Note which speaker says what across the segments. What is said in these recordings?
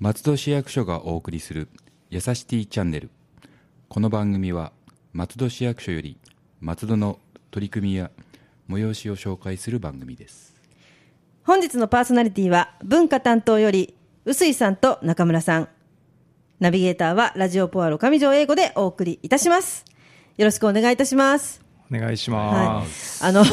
Speaker 1: 松戸市役所がお送りする「やさしティチャンネル」この番組は松戸市役所より松戸の取り組みや催しを紹介する番組です
Speaker 2: 本日のパーソナリティは文化担当より臼井さんと中村さんナビゲーターはラジオポアロ上条英語でお送りいたしますよろしくお願いいたします
Speaker 3: お願いし
Speaker 2: は
Speaker 3: ま
Speaker 2: い
Speaker 3: す。、
Speaker 2: あの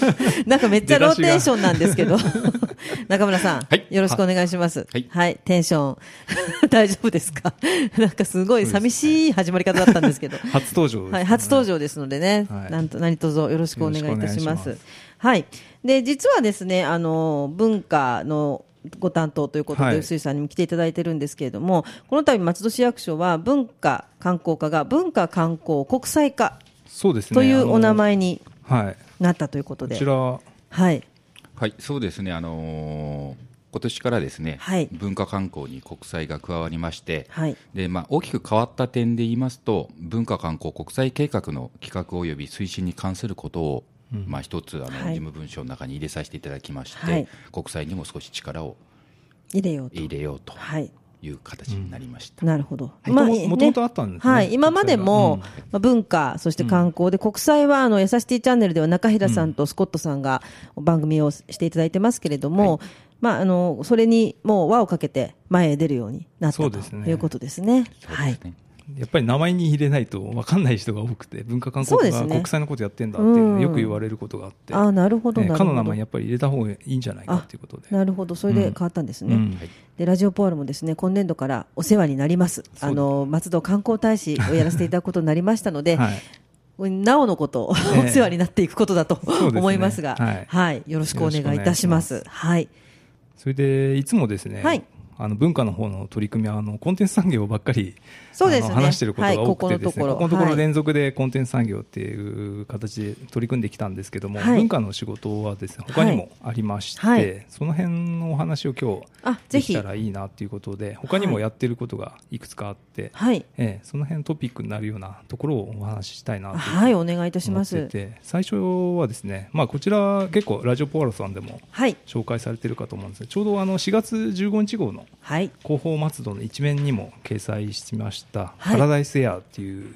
Speaker 2: なんかめっちゃローテーションなんですけど 中村さん、
Speaker 1: はい
Speaker 2: よろしくお願いします
Speaker 1: はい
Speaker 2: テンション 大丈夫ですかなんかすごい寂しい始まり方だったんですけど
Speaker 3: 初登場です、
Speaker 2: はい、初登場ですのでね、
Speaker 3: はい
Speaker 2: なんと何卒よろしくお願いいたします。
Speaker 3: よろしくお願いします
Speaker 2: はい、で実はですね、あの文化のご担当ということ
Speaker 3: は
Speaker 2: で、
Speaker 3: い
Speaker 2: 臼井さんにも来ていただいてるんですけれども、この度松戸市役所は文化観光課が文化観光国際化
Speaker 3: そうですね。
Speaker 2: というお名
Speaker 3: あ
Speaker 2: 前に
Speaker 3: の。はい。
Speaker 2: なったということ
Speaker 3: こ
Speaker 2: で、
Speaker 3: ちら。
Speaker 2: はい、
Speaker 1: はいそうですねあのー今年からですね、
Speaker 2: はい
Speaker 1: 文化観光に国際が加わりまして、
Speaker 2: はい、
Speaker 1: でまあ、大きく変わった点で言いますと文化観光国際計画の企画及び推進に関することを、まあ、一つあの、
Speaker 2: はい
Speaker 1: 事務文書の中に入れさせていただきまして、
Speaker 2: はい
Speaker 1: 国際にも少し力を
Speaker 2: 入れようと。
Speaker 1: 入れようと
Speaker 2: はい
Speaker 1: いう形になりました、
Speaker 2: なるほど。
Speaker 3: もとも
Speaker 2: ね
Speaker 3: もともとあったんですね
Speaker 2: はい。今までも
Speaker 3: 国際、
Speaker 2: まあ文化、そして観光で、国際は、あの、やさしティチャンネルでは中平さんとスコットさんが番組をしていただいてますけれども、まあ、あの、それにもう輪をかけて前へ出るようになった
Speaker 3: そ
Speaker 2: と
Speaker 3: うですね
Speaker 2: いうことですね。
Speaker 1: そう
Speaker 2: は
Speaker 1: で
Speaker 2: い
Speaker 1: す。ね
Speaker 3: やっぱり名前に入れないと分かんない人が多くて、文化観光
Speaker 2: そうで
Speaker 3: が
Speaker 2: すね
Speaker 3: 国際のことやってんだっていうの
Speaker 2: うん
Speaker 3: をよく言われることがあって、
Speaker 2: ああ、なるほど、
Speaker 3: ね
Speaker 2: なる
Speaker 3: 課
Speaker 2: ほ
Speaker 3: の名前に
Speaker 2: ど。
Speaker 3: やっぱり入れた方がいいんじゃないかっていうことで。
Speaker 2: なるほど。それで変わったんですね。
Speaker 3: うん
Speaker 1: はい
Speaker 2: でラジオポアルもですね今年度からお世話になります、あの松戸観光大使をやらせていただくことになりましたので、
Speaker 3: はい。
Speaker 2: なおのこと、 お
Speaker 3: ええ
Speaker 2: 世話になっていくことだと
Speaker 3: そうですね
Speaker 2: 思いますが、
Speaker 3: はい
Speaker 2: はい、よろしくお願いいたします。
Speaker 3: よ
Speaker 2: はい、
Speaker 3: それで、いつもですね、
Speaker 2: はい
Speaker 3: あの文化の方の取り組みはあのコンテンツ産業ばっかり
Speaker 2: そうですね
Speaker 3: あの話してることが多くてですね、
Speaker 2: はいここのところ
Speaker 3: ここのとこ
Speaker 2: は
Speaker 3: ろ
Speaker 2: い
Speaker 3: 連続でコンテンツ産業っていう形で取り組んできたんですけども、
Speaker 2: はい
Speaker 3: 文化の仕事はですね他にもありまして、
Speaker 2: はいはい
Speaker 3: その辺のお話を今
Speaker 2: あ
Speaker 3: 日
Speaker 2: ぜ
Speaker 3: で
Speaker 2: ひ
Speaker 3: きたらいいなということで他にもやってることがいくつかあって、
Speaker 2: はい、
Speaker 3: ええその辺トピックになるようなところをお話ししたいなというふうに
Speaker 2: はい、お願いいたしま
Speaker 3: 思っ
Speaker 2: す。
Speaker 3: てて最初はですね、まあ、こちら結構ラジオポアロさんでも
Speaker 2: はい、
Speaker 3: 紹介されてるかと思うんですけどちょうどあの4月15日号の
Speaker 2: はい、
Speaker 3: 広報松戸の一面にも掲載しました、
Speaker 2: はい
Speaker 3: パラダイスエアっていう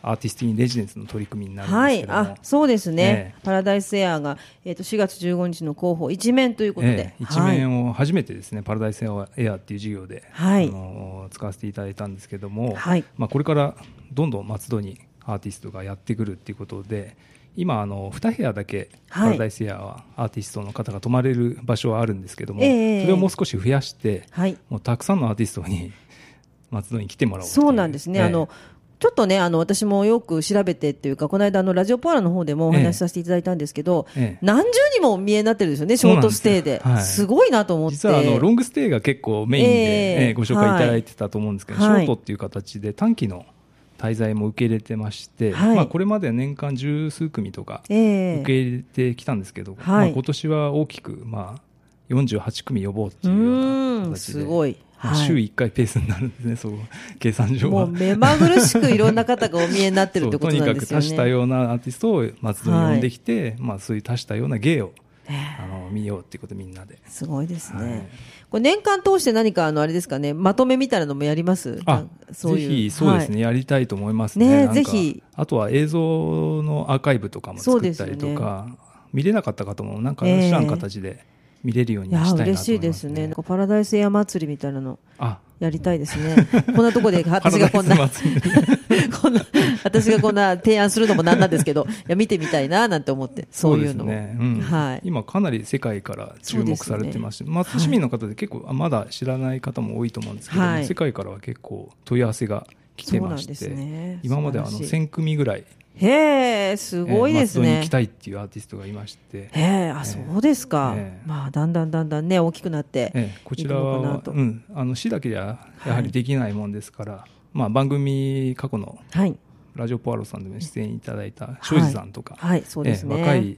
Speaker 3: アーティスティンレジデンスの取り組みになるん
Speaker 2: は
Speaker 3: ですけ
Speaker 2: い、
Speaker 3: ども、
Speaker 2: あ、そうですね。
Speaker 3: え
Speaker 2: パラダイスエアが、えっ、と、4月15日の広報一面ということで
Speaker 3: え、え一
Speaker 2: はい、
Speaker 3: 面を初めてですね、パラダイスエアエアっていう事業で、
Speaker 2: はい
Speaker 3: あの使わせていただいたんですけども、
Speaker 2: はい
Speaker 3: まあ、これからどんどん松戸にアーティストがやってくるっていうことで今あの2部屋だけ
Speaker 2: はい
Speaker 3: パラダイスエアはアーティストの方が泊まれる場所はあるんですけども、
Speaker 2: ええ
Speaker 3: それをもう少し増やして、
Speaker 2: はい、
Speaker 3: もうたくさんのアーティストに 松戸に来てもらおうってい
Speaker 2: そうなんですね。
Speaker 3: ええ
Speaker 2: あのちょっとね、あの私もよく調べてっていうか、この間、あのラジオポアラの方でもお
Speaker 3: ええ
Speaker 2: 話しさせていただいたんですけど、
Speaker 3: ええ
Speaker 2: 何重にもお見えになってるんですよね、ショートステイで、
Speaker 3: そうなんです
Speaker 2: す
Speaker 3: よ
Speaker 2: ごいなと思って、
Speaker 3: 実はあのロングステイが結構メイン
Speaker 2: ええ
Speaker 3: で、えーご紹介いただいてたと思うんですけど、
Speaker 2: はい
Speaker 3: ショートっていう形で短期の滞在も受け入れてまして、
Speaker 2: はい
Speaker 3: まあ、これまで年間十数組とか
Speaker 2: ええ
Speaker 3: 受け入れてきたんですけど、
Speaker 2: はい
Speaker 3: まあ、今年は大きく、まあ、48組呼ぼうって
Speaker 2: う
Speaker 3: いうような
Speaker 2: ーん、
Speaker 3: 形です
Speaker 2: ごい。
Speaker 3: まあ
Speaker 2: はい
Speaker 3: 週1回ペースになるんですね、そう計算上
Speaker 2: も
Speaker 3: は。
Speaker 2: う目まぐるしくいろんな方がお見えになってるってことなんです
Speaker 3: そ
Speaker 2: よ
Speaker 3: うとにかく多
Speaker 2: ね。
Speaker 3: 種多様なアーティストを松戸に呼んできて、まあ、そういう多種多様な芸を
Speaker 2: ね
Speaker 3: あの見ようっていうことでみんなで。
Speaker 2: すごいですね。
Speaker 3: はい
Speaker 2: これ年間通して何かあのあれですかね、まとめみたいなのもやります。
Speaker 3: あ
Speaker 2: そう
Speaker 3: ぜ
Speaker 2: いう
Speaker 3: ひそうですね、
Speaker 2: はい
Speaker 3: やりたいと思いますね
Speaker 2: ねえ
Speaker 3: なんか
Speaker 2: ぜひ
Speaker 3: あとは映像のアーカイブとかも
Speaker 2: そう
Speaker 3: 作
Speaker 2: で
Speaker 3: っ
Speaker 2: す
Speaker 3: た
Speaker 2: よね
Speaker 3: りとか、見れなかった方もなんか
Speaker 2: ええ
Speaker 3: 知らん形で見れるよう
Speaker 2: い
Speaker 3: にしたい
Speaker 2: や
Speaker 3: なと思いま
Speaker 2: 嬉
Speaker 3: す、
Speaker 2: し
Speaker 3: ね
Speaker 2: いですね。なんかパラダイスエア祭りみたいなの
Speaker 3: あ
Speaker 2: やりたいですね。こんなとこで私がこんな
Speaker 3: パラダイス祭り
Speaker 2: こんな私がこんな提案するのもなんなんですけど、いや見てみたいななんて思ってそういうのも、
Speaker 3: そうですねうん
Speaker 2: はい。
Speaker 3: 今かなり世界から注目されてまして、松戸市民の方で結構あまだ知らない方も多いと思うんですけども、
Speaker 2: はい
Speaker 3: 世界からは結構問い合わせが来てまし
Speaker 2: そう
Speaker 3: て、
Speaker 2: なんですね
Speaker 3: 今まであの
Speaker 2: 素晴らしい
Speaker 3: 1000組ぐらい
Speaker 2: へえす
Speaker 3: え
Speaker 2: ごい
Speaker 3: ー
Speaker 2: です
Speaker 3: 松戸に
Speaker 2: ね。
Speaker 3: 行きたいっていうアーティストがいまして、
Speaker 2: へえあ、
Speaker 3: ええ
Speaker 2: そうですか、
Speaker 3: ええ
Speaker 2: まあ、だんだんだんだんね、大きくなって、
Speaker 3: ええ、こちら
Speaker 2: いくのかな
Speaker 3: は、
Speaker 2: と
Speaker 3: うん、あの市だけではやはりできないもんですから、まあ、番組過去の
Speaker 2: はい、
Speaker 3: ラジオポアロさんでも出演いただいた庄司さんとか、
Speaker 2: はい、はいそうですね、
Speaker 3: ええ若い、え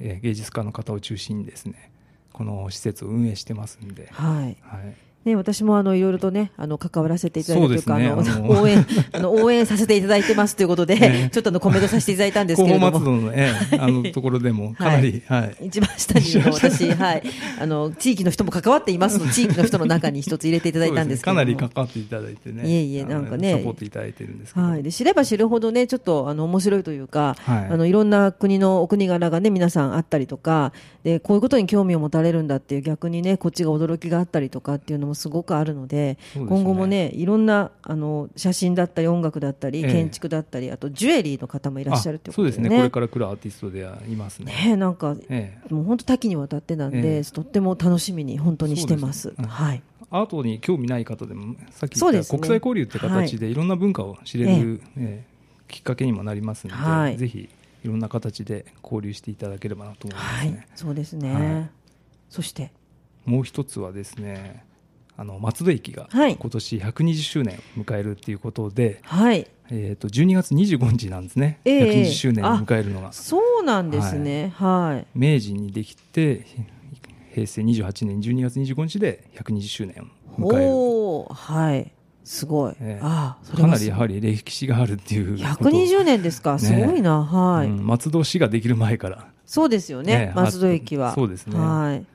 Speaker 3: え芸術家の方を中心にですねこの施設を運営してますんで、
Speaker 2: はい、
Speaker 3: はい
Speaker 2: ね、私もあのいろいろとね、あの関わらせていただいてというか、
Speaker 3: そうです
Speaker 2: あ
Speaker 3: ね
Speaker 2: の
Speaker 3: あの
Speaker 2: 応援、あの応援させていただいてますということで、
Speaker 3: ね
Speaker 2: ちょっとあのコメントさせていただいたんですけ
Speaker 3: 広
Speaker 2: れど
Speaker 3: 報松戸
Speaker 2: も。
Speaker 3: の、 ええあのところでもかなり、はい
Speaker 2: 一番下にいるの私、はい、あの地域の人も関わっていますので、地域の人の中に一つ入れていただいたんですけ
Speaker 3: か
Speaker 2: れど
Speaker 3: な
Speaker 2: も
Speaker 3: り関わっていただいてね、
Speaker 2: いえいえなんかね
Speaker 3: あのサポートいただいてるんですけど、
Speaker 2: はい、で知れば知るほどね、ちょっとあの面白いというか、
Speaker 3: はい
Speaker 2: あのいろんな国のお国柄がね、皆さんあったりとか。で、こういうことに興味を持たれるんだっていう、逆にね、こっちが驚きがあったりとかっていうのもすごくあるので。
Speaker 3: そうですね
Speaker 2: 今後もね、いろんなあの写真だったり、音楽だったり、
Speaker 3: ええ
Speaker 2: 建築だったり、あとジュエリーの方もいらっしゃるって
Speaker 3: あ
Speaker 2: こ
Speaker 3: そう
Speaker 2: と
Speaker 3: で
Speaker 2: ですね。
Speaker 3: ね、これから来るアーティストではいますね。
Speaker 2: ねえなんか、
Speaker 3: ええ
Speaker 2: もう本当多岐にわたってなんで、
Speaker 3: ええ
Speaker 2: とっても楽しみに本当にしてます。
Speaker 3: そうですねうん
Speaker 2: はい。
Speaker 3: アートに興味ない方でもさっき
Speaker 2: そう
Speaker 3: 言っ
Speaker 2: で
Speaker 3: た
Speaker 2: すね
Speaker 3: 国際交流って形でいろんな文化を知れる、ええきっかけにもなりますので、
Speaker 2: はい
Speaker 3: ぜひいろんな形で交流していただければなと思います
Speaker 2: は
Speaker 3: ね。
Speaker 2: い。そうですね。
Speaker 3: は
Speaker 2: そして。
Speaker 3: もう一つはですねあの松戸駅が
Speaker 2: はい
Speaker 3: 今年120周年を迎えるということで、
Speaker 2: はい。
Speaker 3: えー、と12月25日なんですね、
Speaker 2: ええ
Speaker 3: 120周年を迎えるのが
Speaker 2: そうなんですね。はい。
Speaker 3: 明治にできて平成28年12月25日で120周年を迎える、
Speaker 2: おーはい。すごい。
Speaker 3: ええ
Speaker 2: ああ、それ
Speaker 3: か
Speaker 2: は
Speaker 3: な
Speaker 2: す
Speaker 3: り
Speaker 2: ごい
Speaker 3: やはり歴史があるっていうこと
Speaker 2: 120年ですか。
Speaker 3: ね
Speaker 2: すごいな。はい。
Speaker 3: うん松戸市ができる前から
Speaker 2: そうですよね
Speaker 3: ね。
Speaker 2: 松戸駅は。
Speaker 3: あそうですね
Speaker 2: はい。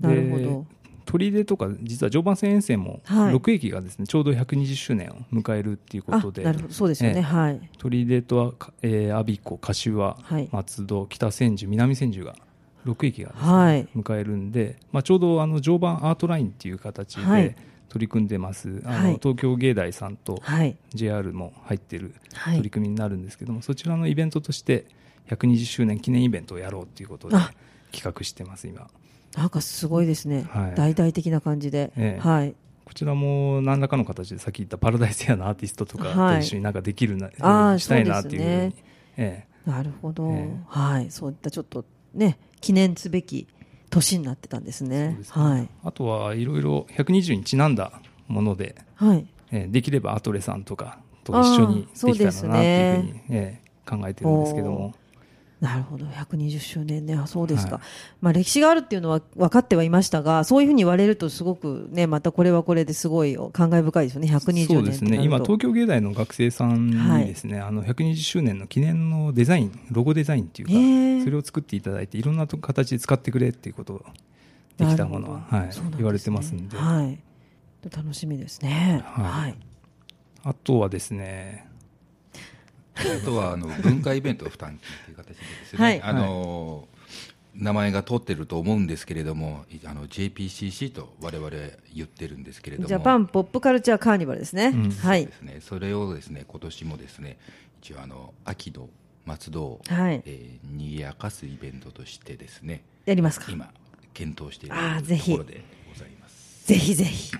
Speaker 2: なるほど。
Speaker 3: 砦とか実は常磐線沿線も
Speaker 2: はい
Speaker 3: 6駅がですね、ちょうど120周年を迎えるっていうこ
Speaker 2: あ
Speaker 3: と、で
Speaker 2: なるほど。そうですよ
Speaker 3: え
Speaker 2: ね。
Speaker 3: え
Speaker 2: はい。
Speaker 3: 砦とはか、えー、我孫子柏、
Speaker 2: はい
Speaker 3: 松戸北千住南千住が6駅がですね、
Speaker 2: はい。
Speaker 3: 迎えるんで、まあ、ちょうどあの常磐アートラインっていう形
Speaker 2: はい
Speaker 3: で取り組んでます、あ
Speaker 2: は
Speaker 3: の
Speaker 2: い
Speaker 3: 東京芸大さんと
Speaker 2: はい。
Speaker 3: JR も入ってる
Speaker 2: は
Speaker 3: 取り
Speaker 2: い。
Speaker 3: 組みになるんですけども、そちらのイベントとして120周年記念イベントをやろうということで
Speaker 2: あ
Speaker 3: 企画してます今
Speaker 2: なんかすごいですね
Speaker 3: は。い
Speaker 2: 大々的な感じで
Speaker 3: え。え
Speaker 2: はい。
Speaker 3: こちらも何らかの形でさっき言ったパラダイスやなアーティストとか
Speaker 2: はい
Speaker 3: と一緒になんかできるな、
Speaker 2: あー
Speaker 3: したいなっていうふうに
Speaker 2: そうです
Speaker 3: ええ
Speaker 2: なるほど
Speaker 3: ええ。
Speaker 2: はい。そういったちょっとね、記念すべき年になってたんです
Speaker 3: そう
Speaker 2: ね
Speaker 3: で。すね
Speaker 2: はい。
Speaker 3: あとはいろいろ120にちなんだもので
Speaker 2: はい。
Speaker 3: えーできればアトレさんとかと一
Speaker 2: あー
Speaker 3: 緒にできたらなっていう
Speaker 2: そう
Speaker 3: ふう
Speaker 2: で
Speaker 3: に、えー考えてるんですけども、
Speaker 2: なるほど120周年ねあそうですか、
Speaker 3: はい
Speaker 2: まあ、歴史があるっていうのは分かってはいましたがそういうふうに言われるとすごくねまたこれはこれですごい感慨深いですよね120年
Speaker 3: そうです
Speaker 2: って
Speaker 3: ね
Speaker 2: なる
Speaker 3: 今
Speaker 2: と
Speaker 3: 東京芸大の学生さん
Speaker 2: はい
Speaker 3: にですね、あの120周年の記念のデザインロゴデザインっていうか、
Speaker 2: へー
Speaker 3: それを作っていただいていろんなと形で使ってくれっていうことをできたものは、
Speaker 2: なる
Speaker 3: はい
Speaker 2: ほどそうなんですね
Speaker 3: 言われてますんで、
Speaker 2: はい楽しみですね
Speaker 3: はい
Speaker 2: はい、
Speaker 3: あとはですね
Speaker 1: あとはあの文化イベント負担金という形でですね、
Speaker 2: はい
Speaker 1: あの名前が通ってると思うんですけれどもいあの JPCC と我々言ってるんですけれども
Speaker 2: ジャパンポップカルチャーカーニバルですね、
Speaker 3: うん
Speaker 2: はい
Speaker 1: ですね、それをですね今年もですね一応あの秋の松戸を、
Speaker 2: はい
Speaker 1: えーにぎやかすイベントとしてですね
Speaker 2: やりますか
Speaker 1: 今検討している
Speaker 2: あーぜひ
Speaker 1: ところでございます
Speaker 2: ぜひぜひ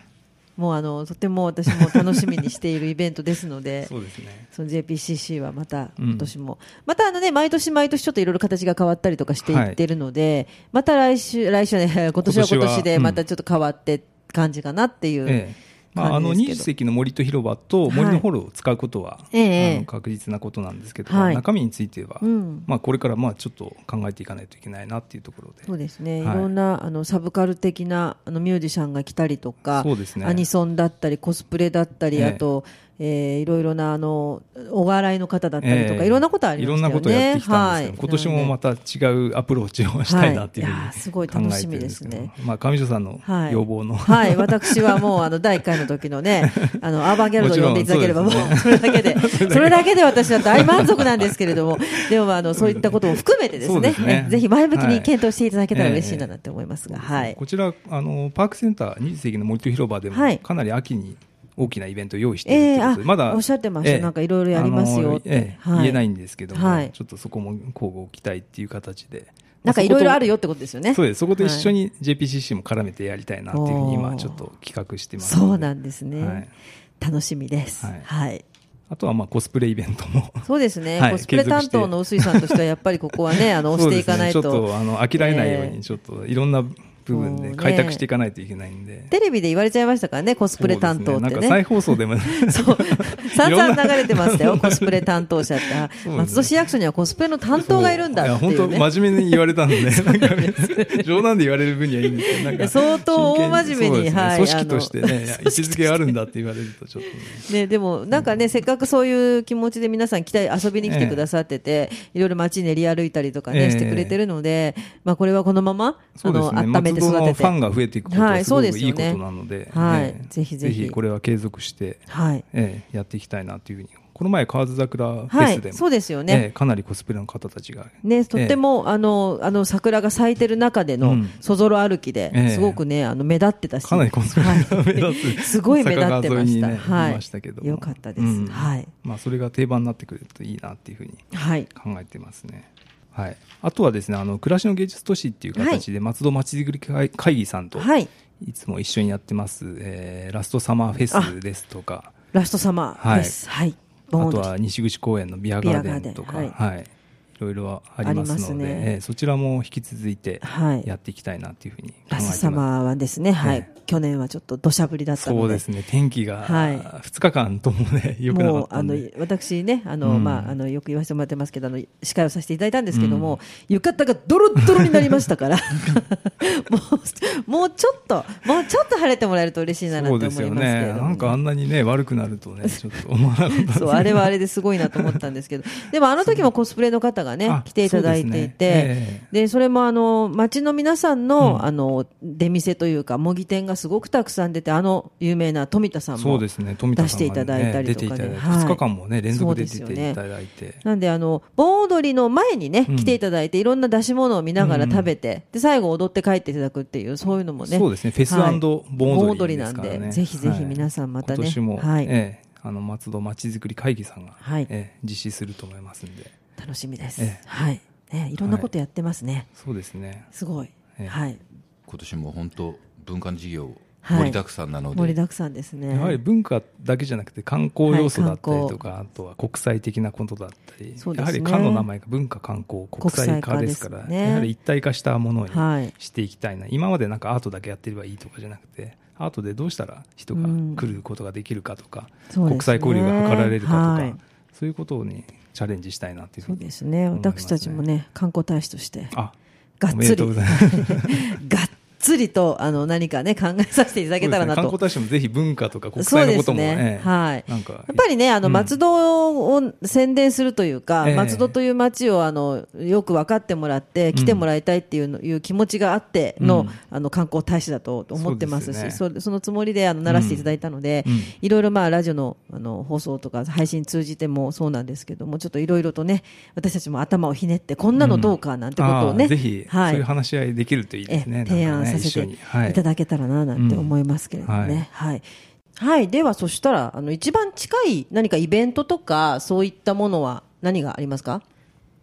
Speaker 2: もうあのとても私も楽しみにしているイベントですの で
Speaker 3: そうですね
Speaker 2: その JPCC はまた
Speaker 3: うん
Speaker 2: 今年も、またあのね毎年毎年ちょっといろいろ形が変わったりとかしていってるので、また来週来週ね 今年は今
Speaker 3: 今年
Speaker 2: 年
Speaker 3: は
Speaker 2: で
Speaker 3: うん
Speaker 2: またちょっと変わって感じかなっていう、
Speaker 3: ええまあ、あの
Speaker 2: 感じ
Speaker 3: 二
Speaker 2: で
Speaker 3: 十
Speaker 2: すけど
Speaker 3: 世紀の森と広場と森のホールを使うことは、
Speaker 2: ええ
Speaker 3: あの確実なことなんですけど、
Speaker 2: はい
Speaker 3: 中身については、
Speaker 2: うん
Speaker 3: まあ、これからまあちょっと考えていかないといけないなっていうところで
Speaker 2: そうですね、
Speaker 3: はい
Speaker 2: い、ろんなあのサブカル的なあのミュージシャンが来たりとか、
Speaker 3: そうですね
Speaker 2: アニソンだったりコスプレだったり、
Speaker 3: ええ
Speaker 2: あと、えーいろいろなあのお笑いの方だったりとか、
Speaker 3: ええ
Speaker 2: いろんなことありま
Speaker 3: いろん
Speaker 2: した
Speaker 3: な
Speaker 2: よね
Speaker 3: ことをやってきたんですけど、
Speaker 2: はい
Speaker 3: 今年もまた違うアプローチをしたいなっていうふうに、
Speaker 2: はいいやーすごい
Speaker 3: 考
Speaker 2: 楽
Speaker 3: え
Speaker 2: してみ
Speaker 3: るん
Speaker 2: で
Speaker 3: ですす
Speaker 2: ね
Speaker 3: けど、まあ、上条さんの
Speaker 2: はい、
Speaker 3: 要望の、
Speaker 2: はい、私はもうあの第1回の時のね、 あのアーバンギャルドを呼んでいただければ、も
Speaker 3: も
Speaker 2: う
Speaker 3: ちろん
Speaker 2: それだけで、それだけで私は大満足なんですけれども、でもあのそういったことも含めてです
Speaker 3: そう
Speaker 2: ね
Speaker 3: ですね
Speaker 2: えぜひ前向き
Speaker 3: は
Speaker 2: に
Speaker 3: い
Speaker 2: 検討していただけたら嬉しいななんて思いますが、はい。
Speaker 3: こちらあのパークセンター二次席の森と広場でも、
Speaker 2: はい
Speaker 3: かなり秋に大きなイベントを用意していると
Speaker 2: え
Speaker 3: い
Speaker 2: え
Speaker 3: うこと
Speaker 2: あ
Speaker 3: で、まだ
Speaker 2: おっしゃってました、なんかいろいろやります
Speaker 3: あ
Speaker 2: よ
Speaker 3: の
Speaker 2: って、
Speaker 3: ええ
Speaker 2: はい
Speaker 3: 言えないんですけども、
Speaker 2: はい
Speaker 3: ちょっとそこも交互期待っていう形で
Speaker 2: なんかいろいろある
Speaker 3: よ
Speaker 2: よってことですよね。
Speaker 3: そうですそこで一緒
Speaker 2: に、
Speaker 3: に JPCC も絡めてやりたいなっていうふうに
Speaker 2: おー
Speaker 3: 今ちょっと企画してます
Speaker 2: そうなん
Speaker 3: で
Speaker 2: んですね、
Speaker 3: はい
Speaker 2: 楽しみです。
Speaker 3: はい
Speaker 2: はい
Speaker 3: あとはまあコスプレイベントも
Speaker 2: そうですね、
Speaker 3: はい
Speaker 2: コスプレ担 当の臼井さんとしては、やっぱりここはね、あの押していかないと。
Speaker 3: そうですねちょっとあの飽きられないよう
Speaker 2: ええ
Speaker 3: にちょっといろんな部分
Speaker 2: そうね
Speaker 3: で開拓していかないといけないんで。
Speaker 2: テレビで言われちゃいましたからね、コスプレ担当っ
Speaker 3: そうですね
Speaker 2: て
Speaker 3: なんか再
Speaker 2: ね。
Speaker 3: 放送でも
Speaker 2: そう。散
Speaker 3: いろん
Speaker 2: 々
Speaker 3: な
Speaker 2: 流れてましたよ、コスプレ担当者って。あ
Speaker 3: ね
Speaker 2: 松戸市役所にはコスプレの担当がいるんだってい
Speaker 3: や
Speaker 2: う
Speaker 3: 本当
Speaker 2: ね。
Speaker 3: 真面目に言われたんで、 なんかね冗談で言われる分にはいいんですけど、なん
Speaker 2: いや
Speaker 3: か
Speaker 2: 相当大真面目に
Speaker 3: 真剣そうですね
Speaker 2: はい
Speaker 3: 組織として
Speaker 2: あの
Speaker 3: ね、いや位置づけあるんだって言われるとちょっとね、
Speaker 2: ね、でもなんかね、せっかくそういう気持ちで皆さん来た遊びに来てくださってて、いろいろ街練り歩いたりとかね、
Speaker 3: ええ
Speaker 2: してくれてるので、まあこれはこのまま、あ
Speaker 3: そうで
Speaker 2: の、
Speaker 3: すね。
Speaker 2: 温めて育
Speaker 3: 松
Speaker 2: て
Speaker 3: 戸の
Speaker 2: て。
Speaker 3: ファンが増えていくこと
Speaker 2: は
Speaker 3: はいすごく
Speaker 2: そうです
Speaker 3: いい
Speaker 2: よ
Speaker 3: こ
Speaker 2: ね
Speaker 3: となので、
Speaker 2: はい
Speaker 3: ええ
Speaker 2: ぜひぜひ
Speaker 3: これは継続して、
Speaker 2: はい。
Speaker 3: ええやっていきたいなというふうに。この前河津桜フ
Speaker 2: は
Speaker 3: ェス
Speaker 2: い
Speaker 3: で、も、
Speaker 2: そうですよね。
Speaker 3: ええかなりコスプレの方たちが、
Speaker 2: ね、とっても、あのあの桜が咲いてる中で
Speaker 3: う
Speaker 2: の
Speaker 3: ん
Speaker 2: そぞろ歩きで、
Speaker 3: ええ
Speaker 2: すごくねあの目立ってたし
Speaker 3: かなりコスプレが目立つ、
Speaker 2: すごい目立ってました
Speaker 3: 坂川沿いにね
Speaker 2: はい
Speaker 3: いましたけども
Speaker 2: よかったです
Speaker 3: うん
Speaker 2: はい
Speaker 3: まあ、それが定番になってくれるといいなっていうふうに
Speaker 2: はい
Speaker 3: 考えてますね。はい、あとはですねあの暮らしの芸術都市っていう形で松戸まちづくり会会議さんと
Speaker 2: はい
Speaker 3: いつも一緒にやってます、えーラストサマーフェスですとか
Speaker 2: ラストサマーですはい、
Speaker 3: あ
Speaker 2: ボーン
Speaker 3: と
Speaker 2: と
Speaker 3: は西口公園のビアガーデンとか
Speaker 2: ビアガーデン
Speaker 3: はいい、ろいろあります
Speaker 2: ありま
Speaker 3: のです
Speaker 2: ね
Speaker 3: えーそちらも引き続いて
Speaker 2: はい
Speaker 3: やっていきたいなっていうふうに考えて
Speaker 2: ラ
Speaker 3: ます、
Speaker 2: ストサマーはですねはい、
Speaker 3: え
Speaker 2: 去年はちょっと土砂降りだったので
Speaker 3: そうですね天気が
Speaker 2: はい
Speaker 3: 2日間ともね良くなか
Speaker 2: もう
Speaker 3: った
Speaker 2: あ
Speaker 3: ん
Speaker 2: の
Speaker 3: で
Speaker 2: 私ねあの、
Speaker 3: うん
Speaker 2: まあ、あのよく言わせてもらってますけどあの司会をさせていただいたんですけども、浴衣がドロッドロになりましたから もうもうちょっともうちょっと晴れてもらえると嬉しいななんて
Speaker 3: そう
Speaker 2: 思い
Speaker 3: で
Speaker 2: ますけ
Speaker 3: す
Speaker 2: れどもね
Speaker 3: よねなんかあんなにね悪くなると ねちょっと思わなかったです
Speaker 2: そうあれはあれですごいなと思ったんですけど、でもあの時もコスプレの方がね
Speaker 3: あ、
Speaker 2: 来ていただいていて、
Speaker 3: そう
Speaker 2: で
Speaker 3: ですねえ
Speaker 2: それもあの町の皆さんの,、
Speaker 3: うん
Speaker 2: あの出店というか、模擬店がすごくたくさん出て、あの有名な富田さんも
Speaker 3: そうですね、富田さん
Speaker 2: 出していただいたりとかね
Speaker 3: 出ていただいて
Speaker 2: はい
Speaker 3: 2日間もね、連続で出
Speaker 2: そうです
Speaker 3: て
Speaker 2: よ
Speaker 3: い
Speaker 2: ね
Speaker 3: ただいて。
Speaker 2: なんであの盆踊りの前にね、
Speaker 3: うん
Speaker 2: 来ていただいていろんな出し物を見ながら
Speaker 3: うん
Speaker 2: 食べて、で最後踊って帰っていただくっていうそういうのもね
Speaker 3: そうですね、フェス
Speaker 2: はい
Speaker 3: 盆踊りですから
Speaker 2: 盆踊りなん
Speaker 3: ね。
Speaker 2: でぜひぜひ皆さんまたね
Speaker 3: はい今年も、
Speaker 2: はい
Speaker 3: ええあの松戸まちづくり会議さんが、
Speaker 2: はい
Speaker 3: ええ実施すると思いますんで、
Speaker 2: 楽しみです、
Speaker 3: ええ
Speaker 2: はいね、いろんなことやってますね、
Speaker 3: そうですね。
Speaker 2: すごい、
Speaker 3: ええ
Speaker 2: はい、
Speaker 1: 今年も本当文化の授業
Speaker 2: はい
Speaker 1: 盛りだくさんなので、
Speaker 2: 盛りだくさんですね
Speaker 3: やはり文化だけじゃなくて観光要素だったりとか、あとは国際的なことだったり、
Speaker 2: そうで
Speaker 3: や
Speaker 2: す
Speaker 3: は
Speaker 2: ね
Speaker 3: り館の名前が文化観光国際化ですか
Speaker 2: 国際
Speaker 3: ら
Speaker 2: 化ですね
Speaker 3: やはり一体化したものに
Speaker 2: はい
Speaker 3: していきたいな、今までなんかアートだけやってればいいとかじゃなくてアートでどうしたら人
Speaker 2: う
Speaker 3: が
Speaker 2: ん
Speaker 3: 来ることができるかとか、
Speaker 2: そうですね
Speaker 3: 国際交流が図られるかとか、
Speaker 2: はい
Speaker 3: そういうことにチャレンジしたいなっていうふ
Speaker 2: そうう
Speaker 3: に
Speaker 2: ですね。
Speaker 3: 思いますね
Speaker 2: 私たちもね、観光大使として、
Speaker 3: あ
Speaker 2: がっ
Speaker 3: おめ
Speaker 2: つり、
Speaker 3: でとうござい
Speaker 2: がっ
Speaker 3: ます
Speaker 2: つりと、あの、何かね、考えさせていただけたらな
Speaker 3: そうですね観
Speaker 2: と
Speaker 3: 光。大使もぜひ文化とか国
Speaker 2: そう
Speaker 3: 際の
Speaker 2: で
Speaker 3: こ
Speaker 2: す
Speaker 3: とも、
Speaker 2: ね
Speaker 3: え。え
Speaker 2: はい。
Speaker 3: なんか
Speaker 2: やっぱりね、あの、
Speaker 3: うん
Speaker 2: 松戸を宣伝するというか、
Speaker 3: ええ
Speaker 2: 松戸という街を、あの、よく分かってもらって、来てもらいたいっていうの、いう気持ちがあっての、
Speaker 3: うん
Speaker 2: あの、観光大使だと思ってますし、
Speaker 3: そう
Speaker 2: そ
Speaker 3: です
Speaker 2: そ
Speaker 3: よ
Speaker 2: のつもりで、あの、ならせていただいたので、
Speaker 3: うんうん
Speaker 2: いろいろまあ、ラジオの、あの、放送とか、配信通じてもそうなんですけども、ちょっといろいろとね、私たちも頭をひねって、こんなのどうかなんてことをね、
Speaker 3: あーぜひ、そういう話し合いできるといいですね。
Speaker 2: え提
Speaker 3: なん
Speaker 2: 案
Speaker 3: かね
Speaker 2: させて
Speaker 3: 一緒にはい
Speaker 2: ただけたらななんて思いますけれどもね。はい、はいではそしたらあの一番近い何かイベントとかそういったものは何がありますか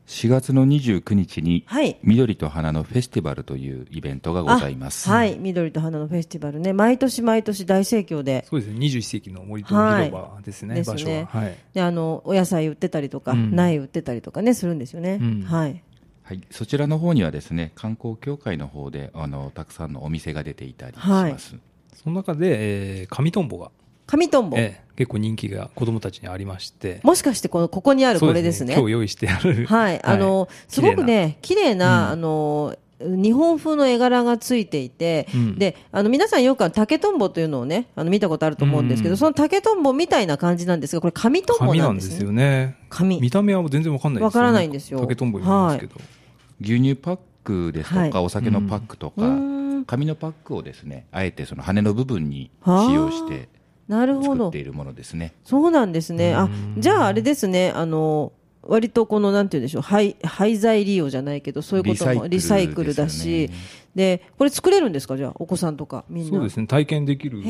Speaker 1: 4月の29日に、
Speaker 2: はい
Speaker 1: 緑と花のフェスティバルというイベントがございます。
Speaker 2: あはい緑と花のフェスティバルね毎年毎年大盛況で
Speaker 3: そうですね、21世紀の森と
Speaker 2: はい
Speaker 3: 広場ですね、場所は。はい。
Speaker 2: であのお野菜売ってたりとか、
Speaker 3: うん
Speaker 2: 苗売ってたりとかねするんですよね、
Speaker 3: うん
Speaker 2: はい
Speaker 1: はい、そちらの方にはですね観光協会の方であのたくさんのお店が出ていたりします、
Speaker 3: その中で、えー、紙トンボが、
Speaker 2: 紙とんぼ、
Speaker 3: えー結構人気が子供たちにありまして、
Speaker 2: もしかしてこのここにあるこれですね
Speaker 3: そう今日用意してある。
Speaker 2: はい、あの、すごく、ね、綺麗な、あの。日本風の絵柄がついていて、
Speaker 3: うん
Speaker 2: であの皆さんよくあの竹とんぼというのをねあの見たことあると思うんですけど、
Speaker 3: うん
Speaker 2: その竹とんぼみたいな感じなんですがこれ紙とんぼ
Speaker 3: 紙
Speaker 2: な
Speaker 3: なんん
Speaker 2: で
Speaker 3: ですす
Speaker 2: ね
Speaker 3: よね。
Speaker 2: 紙
Speaker 3: 見た目は全然わかんないですよね
Speaker 2: わからないんですよ
Speaker 3: 竹トンボに見えますけど。
Speaker 1: 牛乳パックですとか、
Speaker 2: はい
Speaker 1: お酒のパックとか、
Speaker 2: うん
Speaker 1: 紙のパックをですねあえてその羽の部分に
Speaker 2: はあ
Speaker 1: 使用して
Speaker 2: なるほ
Speaker 1: 作っ
Speaker 2: ど
Speaker 1: ているものですね
Speaker 2: そうなんですねあ
Speaker 3: うん
Speaker 2: じゃああれですねあの割とこのなんて言うんでしょう廃廃材利用じゃないけどそういうこともリ
Speaker 1: リ
Speaker 2: サ
Speaker 1: サ
Speaker 2: イ
Speaker 1: イ
Speaker 2: ク
Speaker 1: ク
Speaker 2: ル
Speaker 1: ル
Speaker 2: だ
Speaker 1: ですよ
Speaker 2: し
Speaker 1: ね
Speaker 2: で,、これ作れるんですかじゃあお子さんとかみんな
Speaker 3: そうですね、体験できる
Speaker 2: へ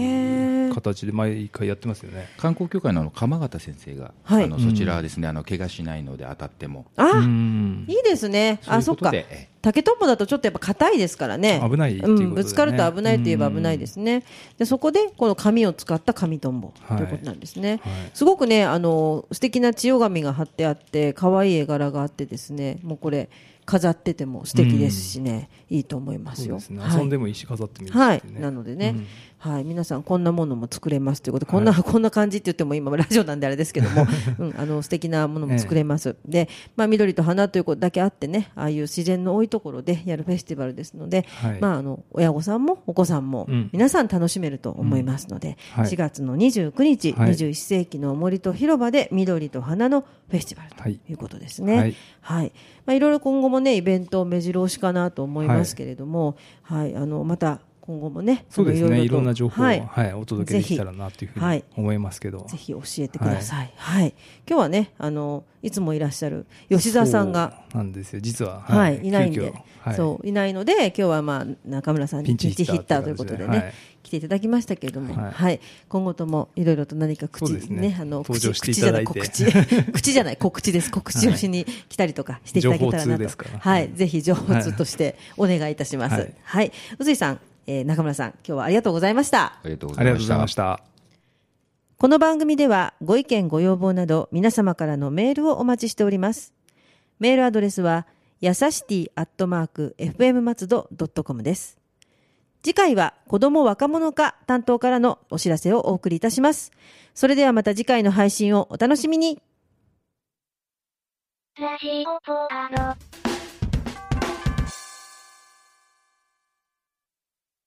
Speaker 2: ー
Speaker 3: 形で毎回やってますよね。
Speaker 1: 観光協会のあの鎌形先生が、
Speaker 2: はい
Speaker 1: あのそちらはですね、あの怪我しないので当たっても
Speaker 2: あ、
Speaker 3: うん
Speaker 2: いいですね。あ、
Speaker 1: そ
Speaker 2: そ
Speaker 1: ういうこ
Speaker 2: っ
Speaker 1: と
Speaker 2: か
Speaker 1: でええ。
Speaker 2: 竹とんぼだとちょっとやっぱ硬いですからね。
Speaker 3: 危ないっていうこと
Speaker 2: う
Speaker 3: でね
Speaker 2: ん、ぶつかると危ないといえば危ないですね。で、そこでこの紙を使った紙とんぼ
Speaker 3: は
Speaker 2: と
Speaker 3: い
Speaker 2: いうことなんですね。
Speaker 3: はい
Speaker 2: すごくね、あの素敵な千代紙が貼ってあって、可愛い絵柄があってですね、もうこれ。飾ってても素敵ですしね、いいと思います
Speaker 3: そう
Speaker 2: よ。
Speaker 3: ですね、
Speaker 2: はい
Speaker 3: 遊んでもいいし飾ってもいいし
Speaker 2: はい
Speaker 3: っていう、ね
Speaker 2: なのでね、はい、皆さんこんなものも作れますということで、こんな、こんな感じって言っても今ラジオなんであれですけど も、うん、あの素敵なものも作れます。で、まあ緑と花ということだけあってね、ああいう自然の多いところでやるフェスティバルですので、
Speaker 3: はい
Speaker 2: まああの親御さんもお子さんも
Speaker 3: うん
Speaker 2: 皆さん楽しめると思いますので、
Speaker 3: うんはい
Speaker 2: 4月の29日、
Speaker 3: はい
Speaker 2: 21世紀の森と広場で緑と花のフェスティバル
Speaker 3: はい
Speaker 2: ということですね。は
Speaker 3: はいい。
Speaker 2: まあいろいろ今後もねイベントを目白押しかなと思いますけれども、はい、あのまた今後もね
Speaker 3: そうです
Speaker 2: あの
Speaker 3: ねい
Speaker 2: と
Speaker 3: ろんな情報を、
Speaker 2: は
Speaker 3: はいいお届けできたら
Speaker 2: ぜ
Speaker 3: なというふ
Speaker 2: は
Speaker 3: う
Speaker 2: い
Speaker 3: に思いますけど、
Speaker 2: ひぜひ教えてください。はい、今日はねあのいつもいらっしゃる吉
Speaker 3: そう
Speaker 2: 澤さんが。
Speaker 3: なんですよ実は、
Speaker 2: はい、い、ないん
Speaker 3: 急
Speaker 2: で
Speaker 3: 遽、はい、
Speaker 2: そういないので今日はまあ中村さんに
Speaker 3: ピ
Speaker 2: ピ
Speaker 3: ン
Speaker 2: ン
Speaker 3: チ
Speaker 2: チ
Speaker 3: ヒ
Speaker 2: ヒ
Speaker 3: ッ
Speaker 2: ッ
Speaker 3: タ
Speaker 2: タ
Speaker 3: ー
Speaker 2: ー
Speaker 3: と
Speaker 2: と
Speaker 3: い
Speaker 2: いうう
Speaker 3: こ
Speaker 2: こととで
Speaker 3: でね
Speaker 2: ね、
Speaker 3: はい
Speaker 2: 来ていただきましたけれども、は、
Speaker 3: はいい
Speaker 2: 今後ともいろいろと何か口
Speaker 3: そうですね
Speaker 2: ねあの
Speaker 3: 登
Speaker 2: 口
Speaker 3: 場し
Speaker 2: 口
Speaker 3: てい
Speaker 2: じゃ
Speaker 3: た
Speaker 2: な
Speaker 3: だ
Speaker 2: い
Speaker 3: いて
Speaker 2: 告知 口じゃない告知です告知をしに来たりとかしていただけたら
Speaker 3: 情
Speaker 2: な
Speaker 3: 報通
Speaker 2: と
Speaker 3: ですから
Speaker 2: はいぜひ情報通としてお願いいたします。は
Speaker 3: はいい、
Speaker 2: はい、臼井さん、えー中村さん今日はありがとうございました。
Speaker 1: ありがとうござ
Speaker 3: あり
Speaker 1: いま
Speaker 3: がとうご
Speaker 1: し
Speaker 3: ざい
Speaker 1: た
Speaker 3: まし。た
Speaker 2: この番組ではご意見ご要望など皆様からのメールをお待ちしております。メールアドレスはやさしティアットマーク FM 松戸ドットコムです。次回は子供若者か担当からのお知らせをお送りいたします。それではまた次回の配信をお楽しみに。
Speaker 4: ラジオポアド。